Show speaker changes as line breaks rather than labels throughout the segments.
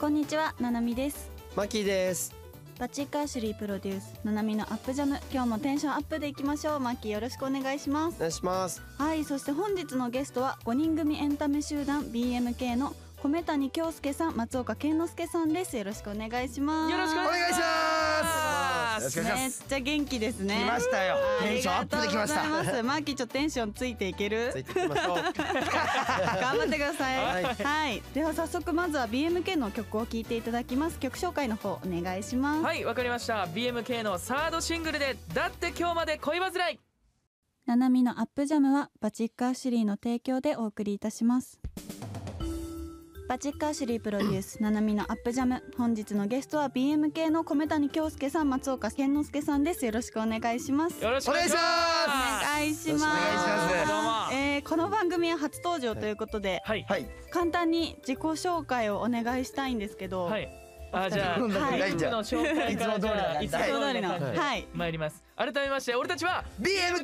こんにちは、ななみです。
マキーです。
バチッカーシュリープロデュース、ななみのアップジャム、今日もテンションアップでいきましょう。マッキーよろしくお願いします
お。願いします。
はい、そして本日のゲストは5人組エンタメ集団 BMK の米谷京介さん、松岡健之介さんです。よろしくお願いします。
よろしくお
お
願
願
い
い
し
し
ま
ますす。
めっちゃ元気ですね。
来ましたよ。
あ
テン
り
ションア
が
ップ
とう
で
ご
き
ざ
ました
い。ます。マーキーちょっとテンションついていける
つ。いてきましょう。
頑張ってください。
は
はい、では早速まずは BMK の曲を聴いていただきます。曲紹介の方お願いします。
はい、わかりました。BMK のサードシングルで、だって今日まで恋煩い。
ななみのアップジャムはバチッカーシュリーの提供でお送りいたしますバチッカーシュリープロデュースななみのアップジャム本日のゲストは BMK の米谷京介さん松岡健之介さんですよろしくお願いします
よろしくお願いし
お
ま
願いし
よ
ます
ろしくお願いします
どうも
えーこの番組は初登場ということで、
す。はい、
はい。
簡単に自己紹介をお願いしたいんですけど、
はい。あ、じゃあ、
そんなこと
は
ないい
自
じ
分
ゃん。
の紹介からじゃあ、
い
い
つ
つ
も
も
通
り
通
の
りの感じで
はい
参ります。改めまして、俺たちは
BMK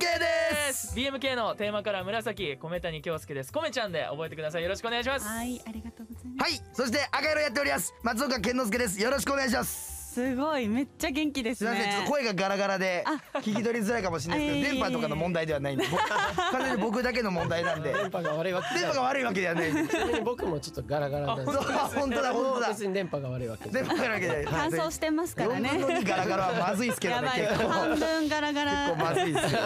です。
BMK のテーマから紫、米谷京介です。米ちゃんで覚えてください。よろしくお願いします。
はいありがとうございます、
はい。そして赤色やっております。松岡健之介です。よろしくお願いします。
すごいめっちゃ元気ですす
みません、ちょっ
ね
と声がガラガラで聞き取りづらいかもしれないですけど、
あ
電波とかの問題ではない んで、僕完全に僕だけの問題なんで、
電波が悪いわけ
電
じ
波が
ゃない
悪いわけではないんで。
ちなみに僕もちょっとガラガラなん
そ
で
う本当だ本当だ。
別に電波が悪いわけじゃ
電
ない
波が悪いわけじゃない。
乾燥してますからね
4分の2ガラガラはまずいですけど
や
ね
ばい
結
半
構
分ガラガラ
結構まずいですよ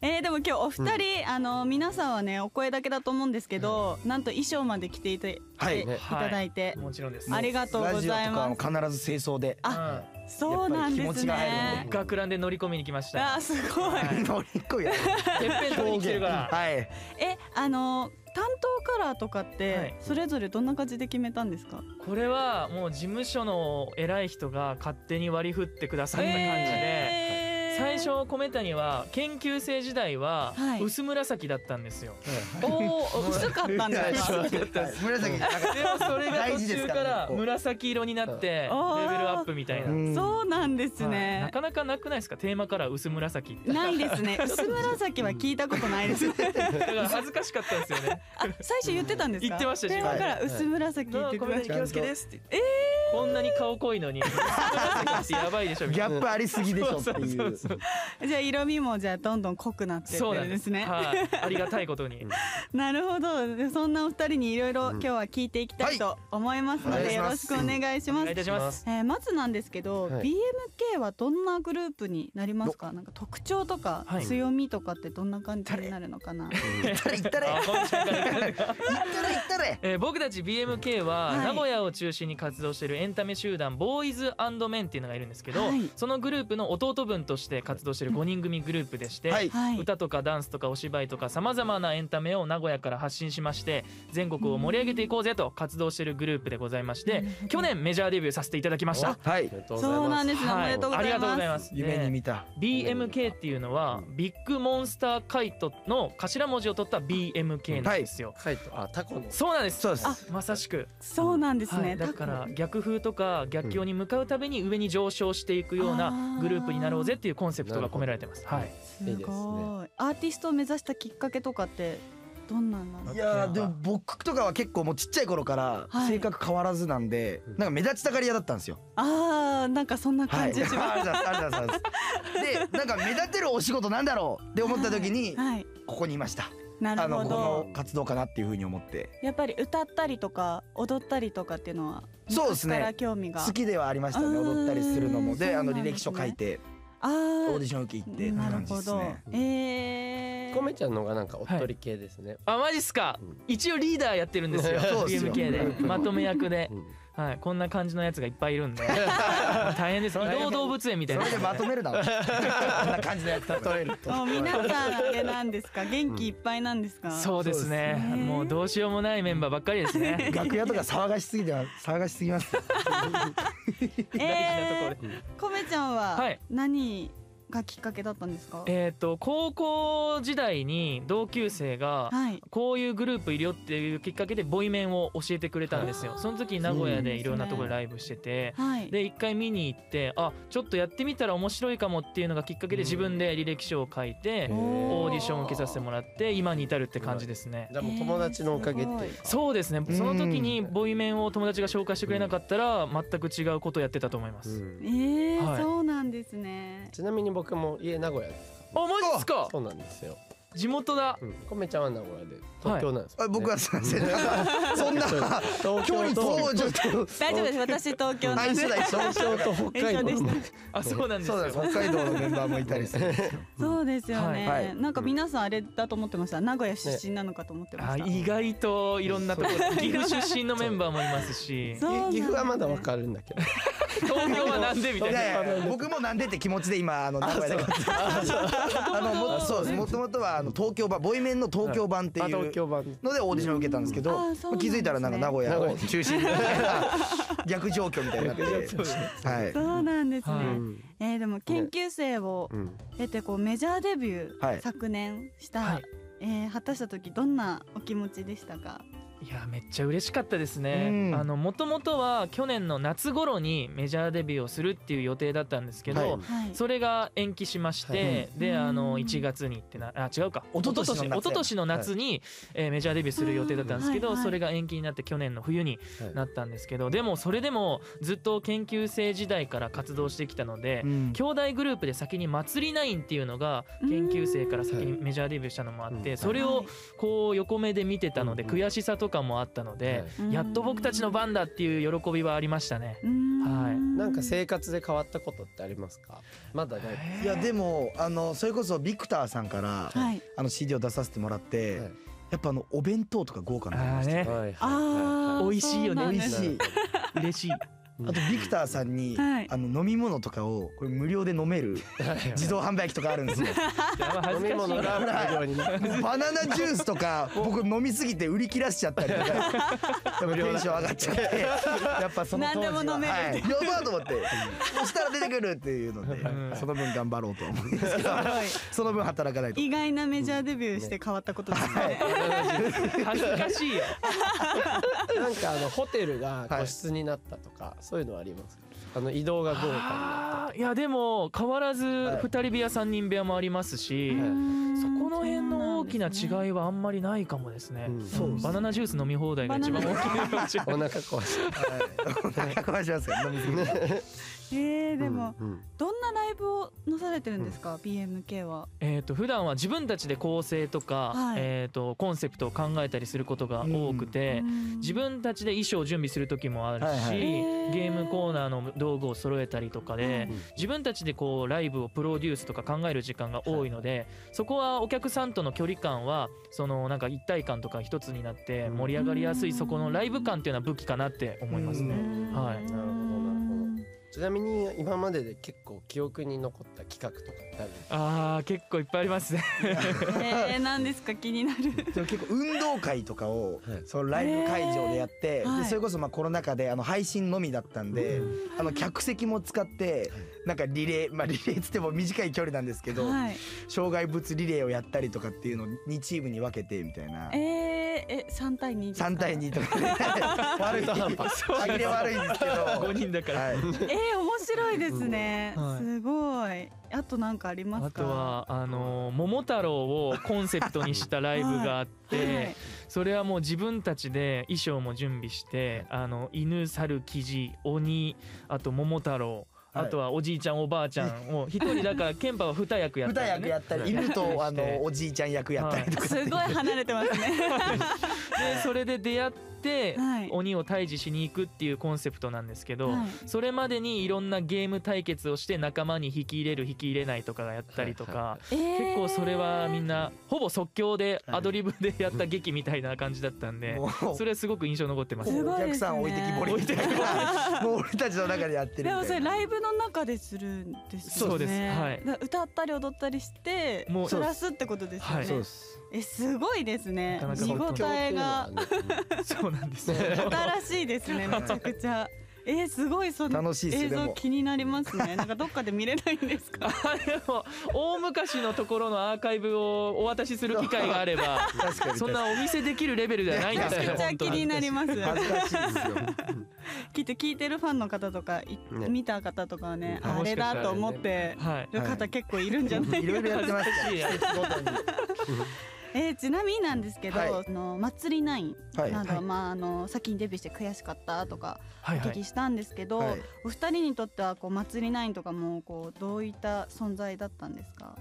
えー、でも今日お二人、あの皆さんはねお声だけだと思うんですけど、なんと衣装まで着ていて、
はい
いただいて、
もちろんです。
ありがとうございます
ラジオとかも必ず清掃で
あ、
そうなん
やっぱり気
で
持
す
ちが入る
ね
ん。
学ランで乗り込みに来ました。
あーすごい。
はい
乗り越えよ
てっぺん取りに来てるから。
はい
えあの担当カラーとかって、
はい
それぞれどんな感じで決めたんですか？
これはもう事務所の偉い人が勝手に割り振ってくださった感じで、
えー
最初米谷は研究生時代は
はい
薄紫だったんですよ、
おー薄かったんだ。
はい紫なんか
でもそれが
大
途
事です
中
か
から
ね
ら
こう
紫色になってレベル
あー
アップみたいな、
う
はい
ん
そうなんですね
な。かなかなくないですかテーマカラー薄 紫って
ないです ね。薄紫は聞いたことないです。
だから恥ずかしかったんですよね
あ最初言ってたんですか？
言ってました
電話から
はい
薄紫言っ
あ
てく
米
ださ
谷
い。
京介ですって、こんなに顔濃いのに薄紫ってやばいでしょみ
ギ
たい
ャ
な
ップありすぎでしょってい
そううそう
じゃあ色味もじゃあどんどん濃くなってって
そう
る
なんん
で
ですす
ね。
はいありがたいことに
なるほど。でそんなお二人にいろいろ今日は聞いていきたいと思いますの
はい
でよろしくお願いし
お
ま
願い
す
い。たします
えーまずなんですけど、
はい
BMK はどんなグループになりますかなんか特徴とか
はい
強みとかってどんな感じになるのかな、
行ったれ行ったれ行
あ
っ
本日から
たれ行ったれ
えー僕たち BMK
は
はい名古屋を中心に活動しているエンタメ集団ボーイズメンっていうのがいるんですけど、
はい
そのグループの弟分として活動している5人組グループでして、
はい
はい
歌とかダンスとかお芝居とかさまざまなエンタメを名古屋から発信しまして全国を盛り上げていこうぜと活動しているグループでございまして去年メジャーデビューさせていただきました。
はい
おめでとうござい
そうなん
ます
ですね、
はい
おめでとうござ
あり
い
がとうござい
ま
ますす。
夢に見た
BMK っていうのはビッグモンスターカイトの頭文字を取った BMK なんですよ。
カイトあタコの
そうなんです。
そうです
あ
まさしく。
そうなんですね、
はい、だから逆風とか逆境に向かうたびに上に上昇していくよう
あ
な
ー
グループになろうぜっていうコンセプトが込められてます。はい、
す
い
ご
い
い
ですね
アーティストを目指したきっかけとかってどんなんなん
いやーでも僕とかは結構もうちっちゃい頃から
はい
性格変わらずなんでなんか目立ちたがり屋だったんですよ
あーなんかそんな
は
感
い
じします、
ありがとうございますありがとうございますでなんか目立てるお仕事なんだろうって思った時 に
はい、
ここにいました
な
あ
る
の
ほ
こ
ど
の活動かなっていうふうに思って
やっぱり歌ったりとか踊ったりとかっていうのは
そうですね
昔から興味が
好きではありましたね
うーん
踊ったりするのもであの
そうなんで
履
すね
歴書書いて
あ
オ
ー
ーディション受け行ってって
な
感
る
じ
ほ
です
ど
ね
えー、
コメちゃんの方がなんかおっとり系ですね、
あマジっすか、
うん
一応リーダーやってるんですよ
そうですよ
BMK でまとめ役で
う、ん
はい、こんな感じのやつがいっぱいいるんで大変です移動動物園みたい
そ
な
れでまとめるだろこんな感じのやつ 例えると
もう皆さんあれなんですか元気いっぱいなんですか、
そうですね
そうですね
もうどうしようもないメンバーばっかりで すね
楽屋とか騒がしすぎては騒がしすぎます
え
大事なところで
ー、コメちゃんは
はい
何がきっかけだったんですか
えーっと高校時代に同級生が
はい
こういうグループいるよっていうきっかけでボイメンを教えてくれたんですよ
あー
その時名古屋でいろんなところ
そ
でライブしてて
はい
で一回見に行ってあちょっとやってみたら面白いかもっていうのがきっかけで
うん
自分で履歴書を書いて
へー
オーディションを受けさせてもらって今に至るって感じですね
じゃあもう友達のおかげっていうか
そうですね
ん
その時にボイメンを友達が紹介してくれなかったら全く違うことをやってたと思いま
う
す
え
ん
ー
はい
そうなんですね
ちなみに僕も家名古屋です
あマジっすか
そうなんですよ
地元だ
うんコメちゃんは名古屋で東京なんですよね
あ僕 はすいませんそんな
東
距離
京
と
と
ちょっと
大丈夫です私東京
あ
の
一緒だ一緒
東京と北海道
一緒で
の
あそうなんです
そう
よ
だ北海道のメンバーもいたりする
そうですよね、
はいはい
なんか皆さんあれだと思ってました名古屋出身なのかと思ってま
あ
した、
意外といろんなところ岐阜出身のメンバーもいますし
そうなんだ
岐岐阜はまだわかるんだけど
東京はなんでみたい
い
な
やいや僕もなんでって気持ちで今あの名古屋であのもそうですもともとはあの東京版ボイメンの東京版ってい
あ
う
東京版
のでオーディションを受けたんですけど、
あーそうなんです
気
ね
づいたらなんか名古屋
名古
を
屋
中心に 逆状況みたいになって
逆状
はい
そうなんですね、
は
う
い
ん
えーでも研究生を
うん
経てこうメジャーデビュー、
はい
昨年した、
はい
えー果たした時どんなお気持ちでしたか
いやめっちゃ嬉しかったですね
うん
あのもともとは去年の夏頃にメジャーデビューをするっていう予定だったんですけど、
はい
はい
それが延期しまして、であの1月にってなあ違うか
一昨年の夏
一昨年の夏に、えーメジャーデビューする予定だったんですけど、
うんはいはい
それが延期になって去年の冬に
はい
なったんですけどでもそれでもずっと研究生時代から活動してきたので、
うん
兄弟グループで先に「祭りナイン」っていうのが研究生から先にメジャーデビューしたのもあっ
う
て
ん
それをこう横目で見てたので
うんうん
悔しさとかもあったので
はい
うん
やっと僕たちの番だっていう喜びはありましたね。
うーん
はい
なんか生活で変わったことってありますかまだない
いやでもあのそれこそビクターさんから、
はい
あの CD を出させてもらって、
はい
やっぱあのお弁当とか豪華になり
あ
ま
ー
した、
ね
はいはい
あー
美味しいよね
そうなん
美
で
味
す
しい
嬉しい
あとビクターさんに、
はい
あの飲み物とかをこれ無料で飲める自動販売機とかあるんですよ
やばい恥
飲
ずか
み
しい
物
な
が無料になる
バナナジュースとか僕飲みすぎて売り切らしちゃったりとかやっぱテンション上が っちゃってやっぱその当時は
何でも飲める
はい、呼ばうと思ってそしたら出てくるっていうので、
うん
その分頑張ろうと思うんですけどその分働かないと
意外なメジャーデビューして変わったことですね、
恥ずかしいよ
なんかあのホテルが
は
個
い
室になったとか、そういうのはありますかあの移動が豪華になっ
あーいやでも変わらず
はい
2人部屋3人部屋もありますし、
はい
そこの辺の大きな
う
違いはあんまりないかもですね。
うん
そうですね
バナナジュース飲み放題が一番大きいかもしれ
た
ない
お腹壊し
はいお腹壊しますよ飲みすぎて
んえー、
た
でも、
うんうん
どんなライブをなされてるんですか、BMK は
えーと普段は自分たちで構成とか、
はい
えーとコンセプトを考えたりすることが多くて、自分たちで衣装を準備する時もあるし、
はいはい
へー
ゲームコーナーの道具を揃えたりとかで、
うん
自分たちでこうライブをプロデュースとか考える時間が多いので、そこはお客さんとの距離感はそのなんか一体感とか一つになって
うん
盛り上がりやすいそこのライブ感っていうのは武器かなって思います
う
ね。
ん
はい
なるほどなちなみに今までで結構記憶に残った企画とかってある
あー結構いっぱいありますね。
えー、何ですか気になる
でも結構運動会とかを
はい
そのライブ会場でやって、
えーはい
でそれこそまあコロナ禍であの配信のみだったんで、あの客席も使ってなんかリレーまあリレーっつっても短い距離なんですけど、
はい
障害物リレーをやったりとかっていうのを2チームに分けてみたいな
えー、え3対2ですか
3対2と かで悪い歯切れ悪いんですけど、
5人だから、
はい、
えー、面白いですね、
うんはい
すごいあとなんかありますか
あとはあのー桃太郎をコンセプトにしたライブがあって、
はい
それはもう自分たちで衣装も準備してあの犬猿キジ鬼あと桃太郎、
はい
あとはおじいちゃんおばあちゃん を一人だからケンパは二役やっ
歌
たん
役
で、ね、
やったり 犬とあのおじいちゃん役やったりとかって
す
いう、
ごい離れてますね
でそれで出会って、
はい
鬼を退治しに行くっていうコンセプトなんですけど、
はい
それまでにいろんなゲーム対決をして仲間に引き入れる引き入れないとかがやったりとか、
は
え
いは
ー
結構それはみんなほぼ即興でアドリブでやった劇みたいな感じだったんで、
もう
それはすごく印象残ってます
すごい
お客さん置いてきぼりみたいなもう俺たちの中でやってるみ
で
たいな
もそれライブの中でするんですよね
そうですはい
だから歌ったり踊ったりして
もう
プラスってことですよね、
はいそう
です
えすごいですね
なかなか
見
本
応
当
えが
ね
そうなんですよ
新しいですねめちゃくちゃえー、すごいその
楽しいっす
映
で
像
も
気になりますねなんかどっかで見れないんですか
あでも大昔のところのアーカイブをお渡しする機会があれば
確かに
そんなお見せできるレベルではないん
め
です
ちゃ
よ
くちゃ
本当
気
に
になります
恥ずかしいですよ
きっと聞いてるファンの方とか、い
ね
見た方とかはね
あ
あれだと思って
はい
る方結構いるん じゃ ない
いろいろやってますから
恥ずかし
季
い
節ごとに
えーちなみになんですけど、
はい
あの祭りナイン
はい
など、
はい
まああの先にデビューして悔しかったとか
はい
お
は
聞き
い
したんですけど、
はい
お二人にとってはこう祭りナインとかもこうどういった存在だったんですか？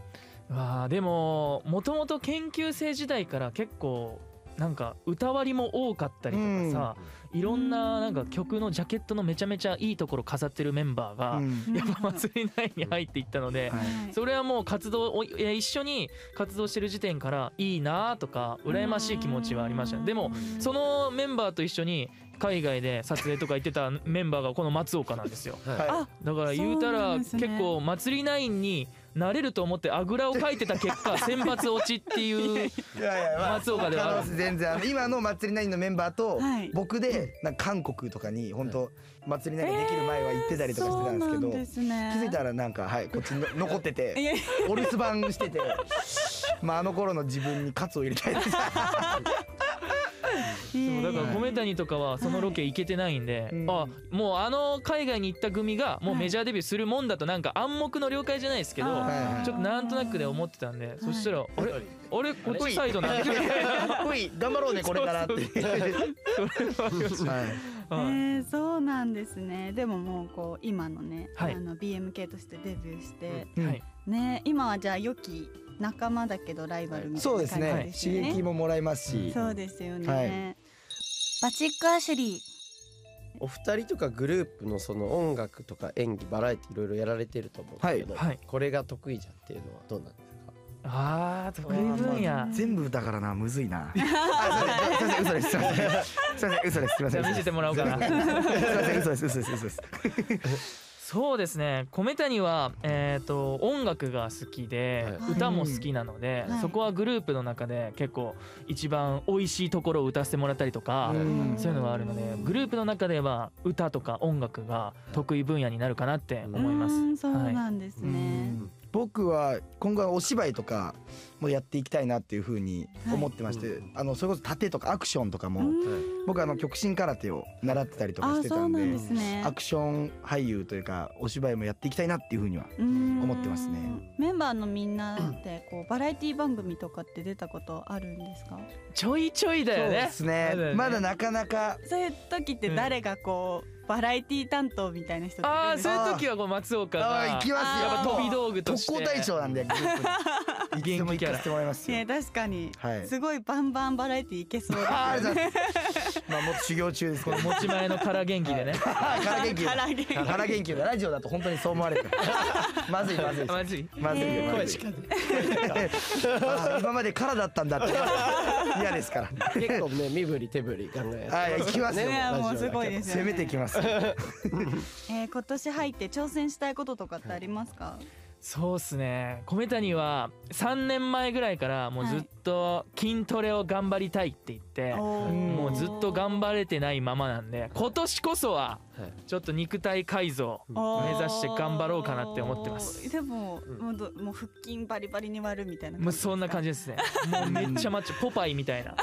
まあでももともと研究生時代から結構なんか歌割りも多かったりとかさ、いろんななんか曲のジャケットのめちゃめちゃいいところ飾ってるメンバーが、
うん
やっぱ祭り内に入っていったので、
はい
それはもう活動をえー一緒に活動してる時点からいいなとか羨ましい気持ちはありましたねでもそのメンバーと一緒に海外で撮影とか行ってたメンバーがこの松岡なんですよ
はい
はい
あ
だから言うた
そうな
ら
んです
結
ね
構祭りナインになれると思ってあぐらをかいてた結果選抜落ちっていう
いやいやまあ
松岡ではある
可能性全然あの今の祭りナインのメンバーと
はい
僕でなんか韓国とかに本当祭りナインができる前は行ってたりとかしてたんですけど
そうなんですね。
気づいたらなんかはいこっちにの残って
い
て
や
お留守番しててまああの頃の自分にカツを入れたいです
そうだから
はい
コメダニとかはそのロケ行けてないんで、
うん
あもうあの海外に行った組がもうメジャーデビューするもんだとなんか暗黙の了解じゃないですけど、
はい
ちょっとなんとなくで思ってたんで、そしたらあれあれこっちサイドなんだ
かっこいい頑張ろうねこれからって
そう
はい
え
はい
ーそうなんですね。でももうこう今のね、
はい
あの BMK としてデビューして、
うん
はい
ね今はじゃあ良き仲間だけどライバルみたい
そ
な
う
感
で
じ
す
ですよね。
ね刺激ももらえますし
そうですよね。
はい
バチックアシュリー。
お二人とかグループのその音楽とか演技バラエティいろいろやられてると思うんですけど、
はいはい
これが得意じゃんっていうのはどうなんですか
あー得意分野
全部だからなむず いなあすいません嘘ですすいませんすいません嘘ですすいま
じ
せ
ゃ
ん
あ見せてもらおうかな
すいません嘘です嘘です嘘です
そうですね米谷は、えー、と音楽が好きで、
はい
歌も好きなので、
はい
そこはグループの中で結構一番美味しいところを歌わせてもらったりとか、
うん
そういうのがあるのでグループの中では歌とか音楽が得意分野になるかなって思いま
うーん
す。
そう
はい
なんです
う
ね。
ん僕は今後はお芝居とかもやっていきたいなっていうふうに思ってまして、
はい
あのそれこそ盾とかアクションとかも、
うん
僕あの極真空手を習ってたりとか
あ
し
ー、
て
そ
た
うん
で
なんですね。
アクション俳優というかお芝居もやっていきたいなっていうふうには
思
ってますね。
メンバーのみんなってこうバラエティ番組とかって出たことあるんですか？
ちょいちょいだよ
そう
ね
ですね
まだね
まだなかなか
そういう時って誰がこう、バラエティ担当みたいな人ってい
あ
るん
あ
です
そう
か？
いう時はこう松岡
あ
が
あ
や
行
っ
きますよ
ぱ飛び道具と
特
して
攻隊長なんでグループ にいつでも行かせてもらいますよ
ね確かに、
はい
すごいバンバンバラエティいけそう
あーあ
だ
りがとうござい ますまあもっと修行中ですけど
持ち前の空元気 でね。
腹元気
から元気
腹元気だラジオだと本当にそう思われてる まずいまずい
マジ
まずいよ
ね
まずいあー今までからだったんだって嫌ですから
結構ね身振り手振り考えや
はい行きますよ
ね
ラジオ
も
だ
う
け
すごいですよ
攻
ね。
めてきます
えー今年入って挑戦したいこととかってありますか？
そうっすね米谷は3年前ぐらいからもうずっと筋トレを頑張りたいって言って、
おー
もうずっと頑張れてないままなんで今年こそは
はい
ちょっと肉体改造目指して頑張ろうかなって思ってます
おーでも、
うん
もうどもう腹筋バリバリに割るみたいな
もうそんな感
じ
じですねもうめっちゃマッチョポパイみたいな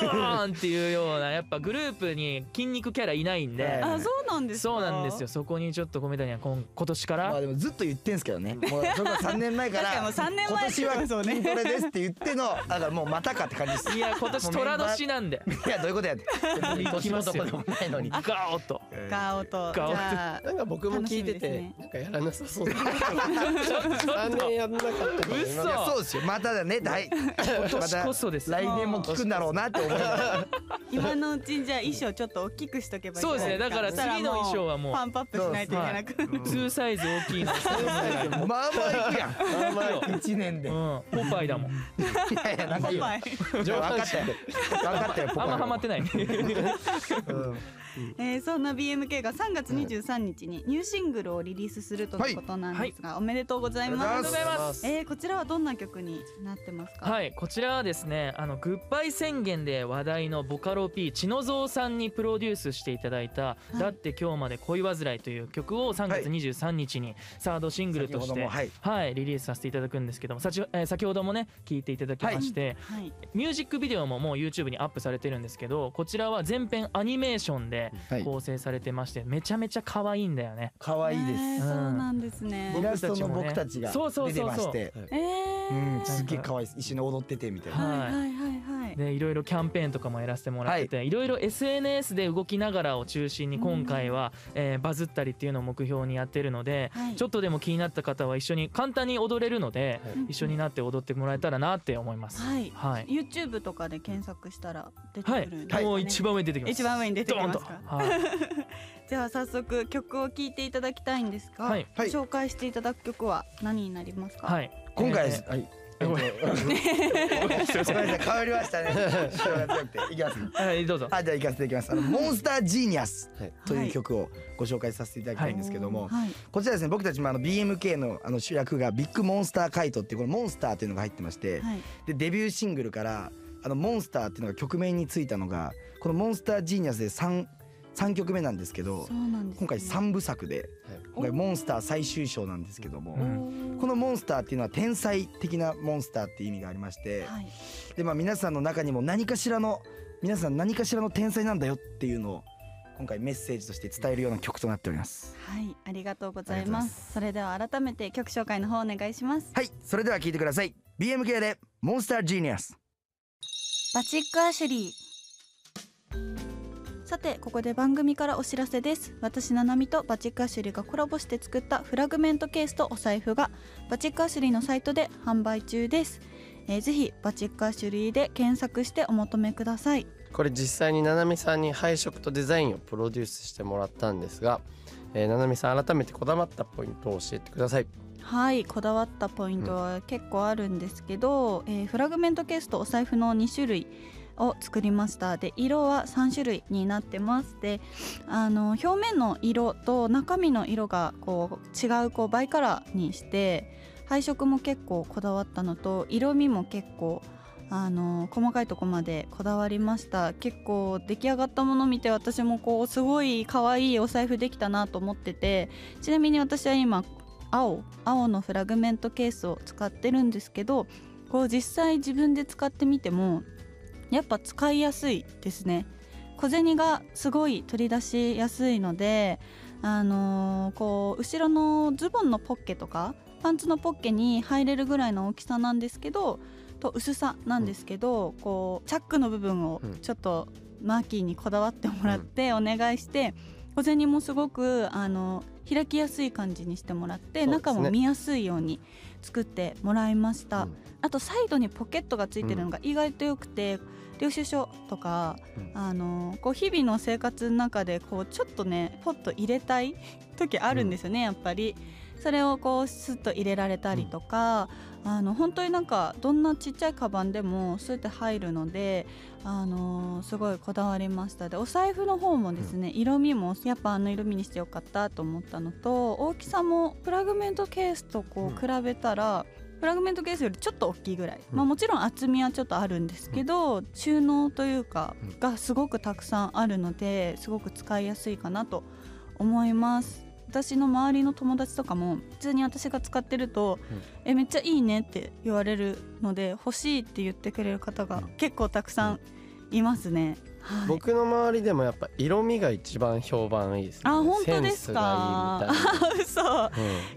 ドーンっていうようなやっぱグループに筋肉キャラいないんで
は
あそうなんですか
そうなんですよそこにちょっと米谷は今今年から、
まあでもずっと言ってんすけどね もうそれが3年前か
確かにも
ら
う三年
今
前
年は
そうね
筋トレですって言ってのだからもうまたかって感じです
いや今年虎年なんで
いやどういうことやねん
行きます
年もどこ
よ
でもないのに
ガーッと
ガオとじ
ガオと
ゃあ
なんか僕も聞いてて、
楽しみですね
なんかやらなさそうだな。三年やんなかったから
嘘
いやそうですよまただねはい今
今年こそです
来年も聞くんだろうなって思いながら
今のうちにじゃあ衣装ちょっと大きくしとけばいい
そうですね
じゃない
だから次の衣装はもう
そしたらパンプアップしないといけなくなる
普通サイズ大きいの、
まあまあいくやん
まあまあ
一年で
うん、ポパイだもん
いやいやなんかいい
今
よ
回
分かったよ分かったよポパイ
あんまハマってない
うん
えーそんな BMK が3月23日にニューシングルをリリースするということなんですが、おめでとうございます。
ありがとうござい
ます
えー、こちらはどんな曲になってますか。
はいこちらはですねあのグッバイ宣言で話題のボカロ P 千野蔵さんにプロデュースしていただいた「
い
だって今日まで恋煩い」という曲を3月23日にサードシングルとして、
も
はい
はい
リリースさせていただくんですけどもさち、えー先ほどもね聞いていただきまして、
はい。
ミュージックビデオももう YouTube にアップされてるんですけどこちらは全編アニメーションで
はい
構成されてましてめちゃめちゃ可愛いんだよね。
可愛いです、
えーそうなんですね
イ。ラ
僕
ストの僕たちが
そうそうそうそう
出てま
え
して
え
うん
ー。
すっげえ可愛いです一緒に踊っててみたいな
はいはいはいはい。
でいろいろキャンペーンとかもやらせてもらってて、い、ろいろ SNS で動きながらを中心に今回は、えーバズったりっていうのを目標にやってるので、
はい
ちょっとでも気になった方は一緒に簡単に踊れるので、
はい
一緒になって踊ってもらえたらなって思います。
はい
はい、
YouTube とかで検索したら出てく
は
るん
い
ですかね。
もう一番上に出てきます。
一番上に出てきます
ド
か
ーンとはい
じゃあ早速曲を聴いていただきたいんですが、
はい
はい
紹介していただく曲は何になりますか。。
は いい、
今回は
え
です、はい
ーごめん
ごめんなさい変わりましたね主張が強くていきます
はいどうぞ。
あじゃあ行かせていただきますあのモンスタージーニアス
はい
という曲をご紹介させていただきたいんですけども、
はい。
こちらですね僕たちもあの BMK のあの主役がビッグモンスターカイトっていうこのモンスターっていうのが入ってまして、
はい。
でデビューシングルからあのモンスターっていうのが曲名についたのがこのモンスタージーニアスで 3, 3曲目なんですけど
そうなんです、ね。
今回3部作で
はい
今回モンスター最終章なんですけども、
うん
このモンスターっていうのは天才的なモンスターっていう意味がありまして、
はい。
でまあ皆さんの中にも何かしらの皆さん何かしらの天才なんだよっていうのを今回メッセージとして伝えるような曲となっております
はい、ありがとうござ
あ
い
りが
ま。
とうございます
それでは改めて曲紹介の方お願いします。
はいそれでは聴いてください BMK でモンスタージーニアス
バチックアシュリー。さてここで番組からお知らせです私ななみとバチックアシュリーがコラボして作ったフラグメントケースとお財布がバチックアシュリーのサイトで販売中です、えー、ぜひバチックアシュリーで検索してお求めください
これ実際にななみさんに配色とデザインをプロデュースしてもらったんですが、えー、ななみさん改めてこだわったポイントを教えてください。
はいこだわったポイントは結構あるんですけど、えーフラグメントケースとお財布の2種類を作りましたで色は3種類になってますであの表面の色と中身の色がこう違うこうバイカラーにして配色も結構こだわったのと色味も結構あの細かいとこまでこだわりました結構出来上がったもの見て私もこうすごい可愛いお財布できたなと思っててちなみに私は今青青のフラグメントケースを使ってるんですけどこう実際自分で使ってみてもやっぱ使いやすいですね小銭がすごい取り出しやすいのであのーこう後ろのズボンのポッケとかパンツのポッケに入れるぐらいの大きさなんですけどと薄さなんですけど、こうチャックの部分を
うん
ちょっとマーキーにこだわってもらってお願いして、小銭もすごくあの開きやすい感じにしてもらって、
そうですね
中も見やすいように作ってもらいました。
うん
あとサイドにポケットがついてるのが意外とよくて、領収書とか、
うん
あのこう日々の生活の中でこうちょっとねポッと入れたい時あるんですよね、やっぱり。それをこうスッと入れられたりとか、あの本当になんかどんなちっちゃいカバンでもスッて入るので、あのすごいこだわりましたでお財布の方もですね、色味もやっぱあの色味にしてよかったと思ったのと大きさもフラグメントケースとこう比べたら、フラグメントケースよりちょっと大きいぐらい、
うん
まあ、もちろん厚みはちょっとあるんですけど、収納というか
うん
がすごくたくさんあるのですごく使いやすいかなと思います私の周りの友達とかも普通に私が使ってると「
うん
えめっちゃいいね」って言われるので欲しいって言ってくれる方が結構たくさんいますね。 はい
僕の周りでもやっぱ色味が一番評判いいですね。
あ本当ですか
センスがいいみ
嘘
たいな。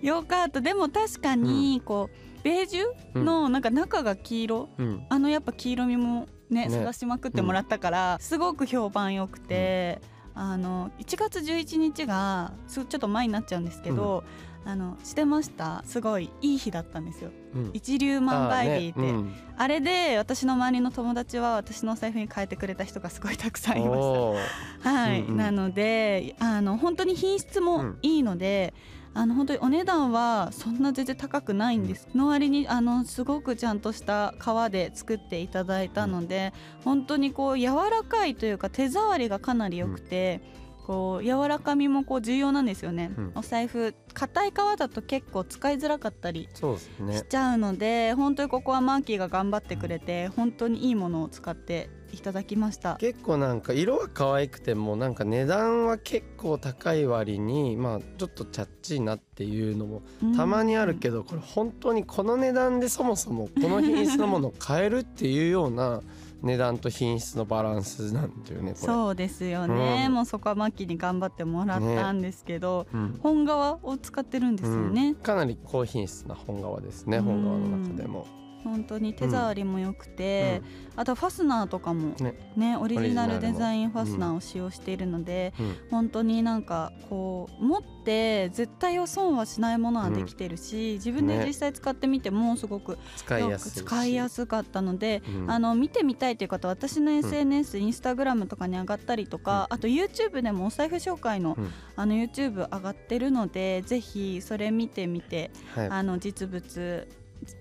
よかったでも確かにこう、ベージュ のなんか中が黄色、
うんうん
あのやっぱ黄色みもね
ね
探しまくってもらったから、すごく評判良くて、あの1月11日がすちょっと前になっちゃうんですけど、あのしてましたすごいいい日だったんですよ
うん。
一粒万倍日ってあ,、
あーねうん
れで私の周りの友達は私のお財布に変えてくれた人がすごいたくさんいました。
おー
はい、
うんうん
なのであの本当に品質もいいので、あの本当にお値段はそんな全然高くないんです、の割にあのすごくちゃんとした革で作っていただいたので、本当にこう柔らかいというか手触りがかなり良くて、こう柔らかみもこう重要なんですよね、
うん
お財布硬い皮だと結構使いづらかったり
そうですね
しちゃうので、本当にここはマーキーが頑張ってくれて、本当にいいものを使っていただきました
結構なんか色は可愛くてもなんか値段は結構高い割にまあちょっとチャッチーなっていうのもたまにあるけどこれ本当にこの値段でそもそもこの品質のものを買えるっていうような値段と品質のバランスなんだよねこれ。
そうですよね、
うん
もうそこはマーキーに頑張ってもらったんですけど、
うん
本革を使ってるんですよね、
うんかなり高品質な本革ですね本革の中でも。
本当に手触りも良くて、あとはファスナーとかもね
ね
オリジナル
オリジナ
デ
ルの
ザインファスナーを使用しているので、
うん
本当になんかこう持って絶対を損はしないものはできてるし、自分で
ね
実際使ってみてもすごく
使いやすいし。
使いやすかったので、
うん
あの見てみたいという方は私の SNS、インスタグラムとかに上がったりとか、あと YouTube でもお財布紹介の,、
うん
あの YouTube 上がってるのでぜひそれ見てみて
はい
あの実物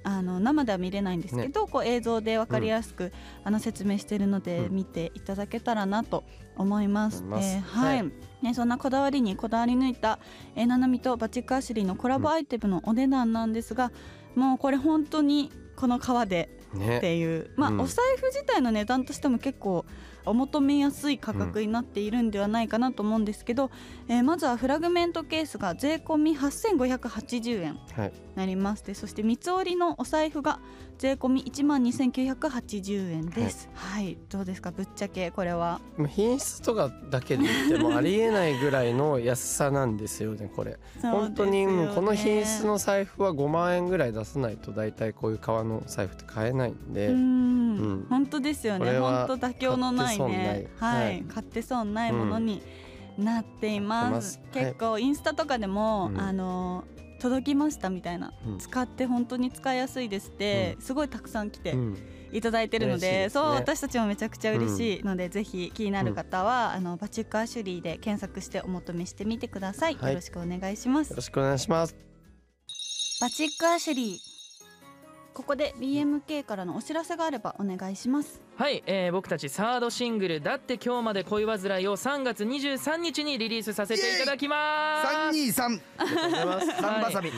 あの生では見れないんですけど、こう映像で分かりやすく、あの説明してるので
うん
見ていただけたらなと思います。
思います
えーはい、
は
ね、そんなこだわりにこだわり抜いた、えー、ナナミとバチックアシュリーのコラボアイテムのお値段なんですが、もうこれ本当にこの皮でっ
ね。
ていう、まあ
うん
お財布自体の値段としても結構お求めやすい価格になっているんではないかなと思うんですけど、えーまずはフラグメントケースが税込み8580円
はい
なりまして、そして三つ折りのお財布が税込み12980円です。はい、どうですかぶっちゃけこれは。
もう品質とかだけで言ってもありえないぐらいの安さなんですよね これ。本当にうんこの品質の財布は5万円ぐらい出さないと大体こういう革の財布って買えないんで、
うん、
うん
本当ですよ
こ
ね
れ
本
は
当妥協のないね
買って損ない
はい、
はい
買って損ないものになっています,、
なってますはい
結構インスタとかでも、
うん
あの届きましたみたいな、
うん
使って本当に使いやすいですって、すごいたくさん来て
うん
いただいてるので,、
嬉しいですね
そう私たちもめちゃくちゃ嬉しいので、ぜひ気になる方は、あのバチックアシュリーで検索してお求めしてみてください、
はい
よろしくお願いします
よろしくお願いします。
バチックアシュリーここで BMK からのお知らせがあればお願いします
はい、えー僕たちサードシングル「だって今日まで恋煩い」を3月23日にリリースさせていただきま
三
す
二三
ありがとうございます。
三バ サビ。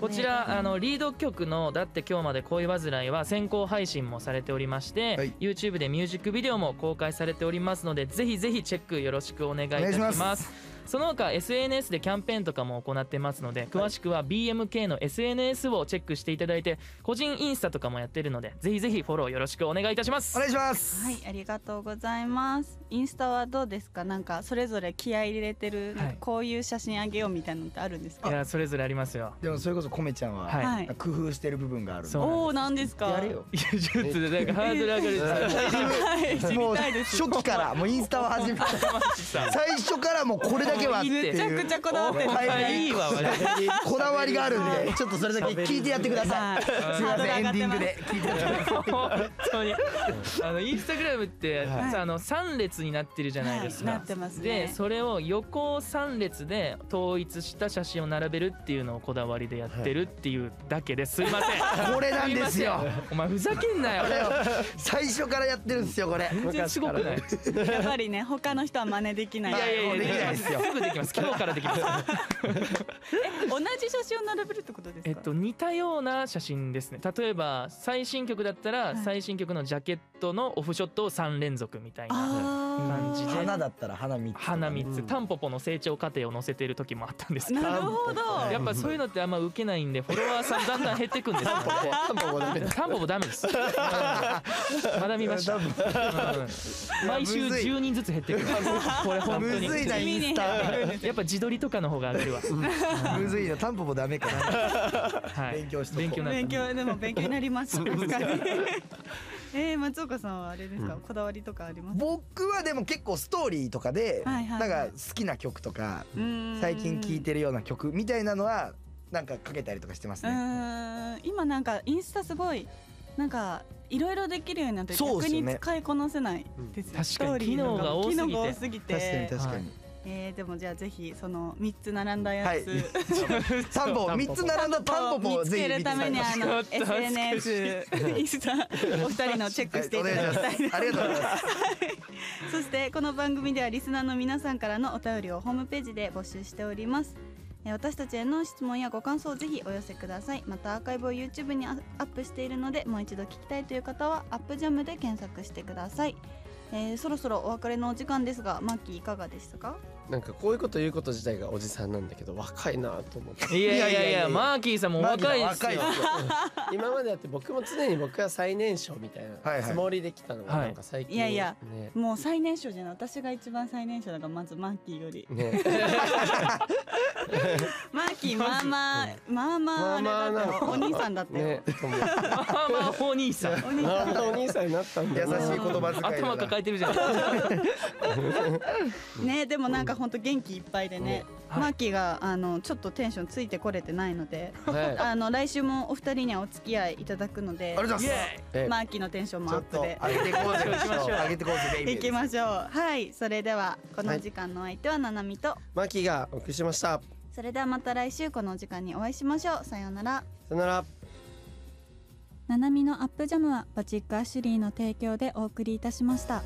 こちらあのリード曲の「だって今日まで恋煩い」は先行配信もされておりまして、
はい
YouTube でミュージックビデオも公開されておりますのでぜひぜひチェックよろしくお願いいたし
お願いし
ます
ま
その他 SNS でキャンペーンとかも行ってますので詳しくは BMK の SNS をチェックしていただいて個人インスタとかもやってるのでぜひぜひフォローよろしくお願いいたします
お願いします。
はい、ありがとうございます。インスタはどうですか？なんかそれぞれ気合い入れてる、なん
は
か
い
こういう写真あげようみたいなのってあるんです
い
か？
やそれぞれありますよ
でもそれこそコメちゃんは、
はい
はい。
工夫してる部分があるんで
そう
おお、なんですか？
やれよ。
いやちょっとなんかハードル上がる
はい、知
も
り
う
たいで
初
す。
期からもうインスタを始めた最初からもうこれだけはって
もう
い
めちゃ
う
くちゃこだわってる。
お前
いいわ我
こだわりがあるんでちょっとそれだけ聞いてやってくだ
は
さ
いい。
すい
ハー
ま
ド
せ
ル上
ん
が
エン
っ
ディ
て
ング
ます。
で聞いてください
本当にあのインスタグラムって、
はい
あの3列になってるじゃないですか、
はいなってますね
でそれを横3列で統一した写真を並べるっていうのをこだわりでやってるっていうだけです、すいません
これなんですよ
いませんお前ふざけんなよ
これを最初からやってるんですよこれ
全然すごくない
やっぱりね、他の人は真似できないい。
やいやいや
できない
で
で
きます
すよ
すぐできます今日からできます
同じ写真を並べるってことですか？
えっと、似たような写真ですね例えば最新曲だったら、
い
最新曲のジャケットのオフショットを3連続みたいな
あ
感じ
ー
で
花だったら花3つ
花3つ、
うん
タンポポの成長過程を載せてる時もあったんですけど
なるほど。
やっぱそういうのってあんま受けないんでフォロワーさんだんだん減ってくん ですよ
もうダメだ
タンポポダメですまだ見ま した、うん毎週
いやむずい
10人ずつ減 ってくるこれ本当
む
に
ずいなイ
見
ン
に
スタ
やっぱ自撮りとかの方が上がるわ、
むずいなタンポポダメかな
はい、
勉強しとこう
勉強に
勉強で
なった
も勉強になります。確かに。えー、松岡さんはあれですか？
うん
こだわりとかありますか？
僕はでも結構ストーリーとかで
はい
な
は
ん
いはい
か好きな曲とか最
最
近聴いてるような曲みたいなのはなんかかけたりとかしてます
う
ね
ーん今なんかインスタすごいなんかいろいろできるようになって
そうっ
逆
すよね
に使いこなせないですよ
うん確かに
ストーリーの
機能が多すぎて
機能が多すぎて
確かに確かに
えー、でもじゃあぜひその三つ並んだやつ、
はい 三本三つ並んだタンポポを
見つ
ぜ
け
ひ見て
る
いた
ため
だき
に
ま
あ
す
の
見ていただきま
SNS インスタお二人のチェックしていた
はい
だき
お願
た
い
い
しま
です
ありがとう ございます
そしてこの番組ではリスナーの皆さんからのお便りをホームページで募集しておりますえー私たちへの質問やご感想をぜひお寄せくださいまたアーカイブを YouTube にアアップしているのでもう一度聞きたいという方は「アップジャムで検索してください、えーそろそろお別れのお時間ですがマッキーいかがでしたか
なんかこういうこと言うこと自体がおじさんなんだけど若いなと思って
いやいやい
いや
や
いやいや
マーキーさんもお若いです
マジで
よ
若いですよ
今までだって僕も常に僕は最年少みたい
はい
な
はい
つもりできたのが
はい
なんか最近、
いやいや
ね
もう最年少じゃない私が一番最年少だからまずマッキーより
ね
マーキーまあまあまあまああれだったよお兄さんだったよ、
ねと思って
まあまあお兄さん
お兄さ
なんんだお兄さんになったんだ
優しい
な
言葉遣いだな
頭抱えてるじゃない
ねでもなんか本当元気いっぱいでね
ね
はい
マーキーがあのちょっとテンションついてこれてないので
は
あの来週もお二人にはお付き合いいただくので
ありがとうご
イ
ざい
エ
い、ね
マーキーのテンション
ま
も
すちょ
アッ
っ
プ
と
で
上げていこうぜ
行きましょう
上げていこうぜベイビー
いきましょうはいそれではこのお時間のお相手はななみと、
マキがお送りしました
それではまた来週このお時間にお会いしましょうさようなら
さよなら
ななみのアップジャムはバチックアシュリーの提供でお送りいたしました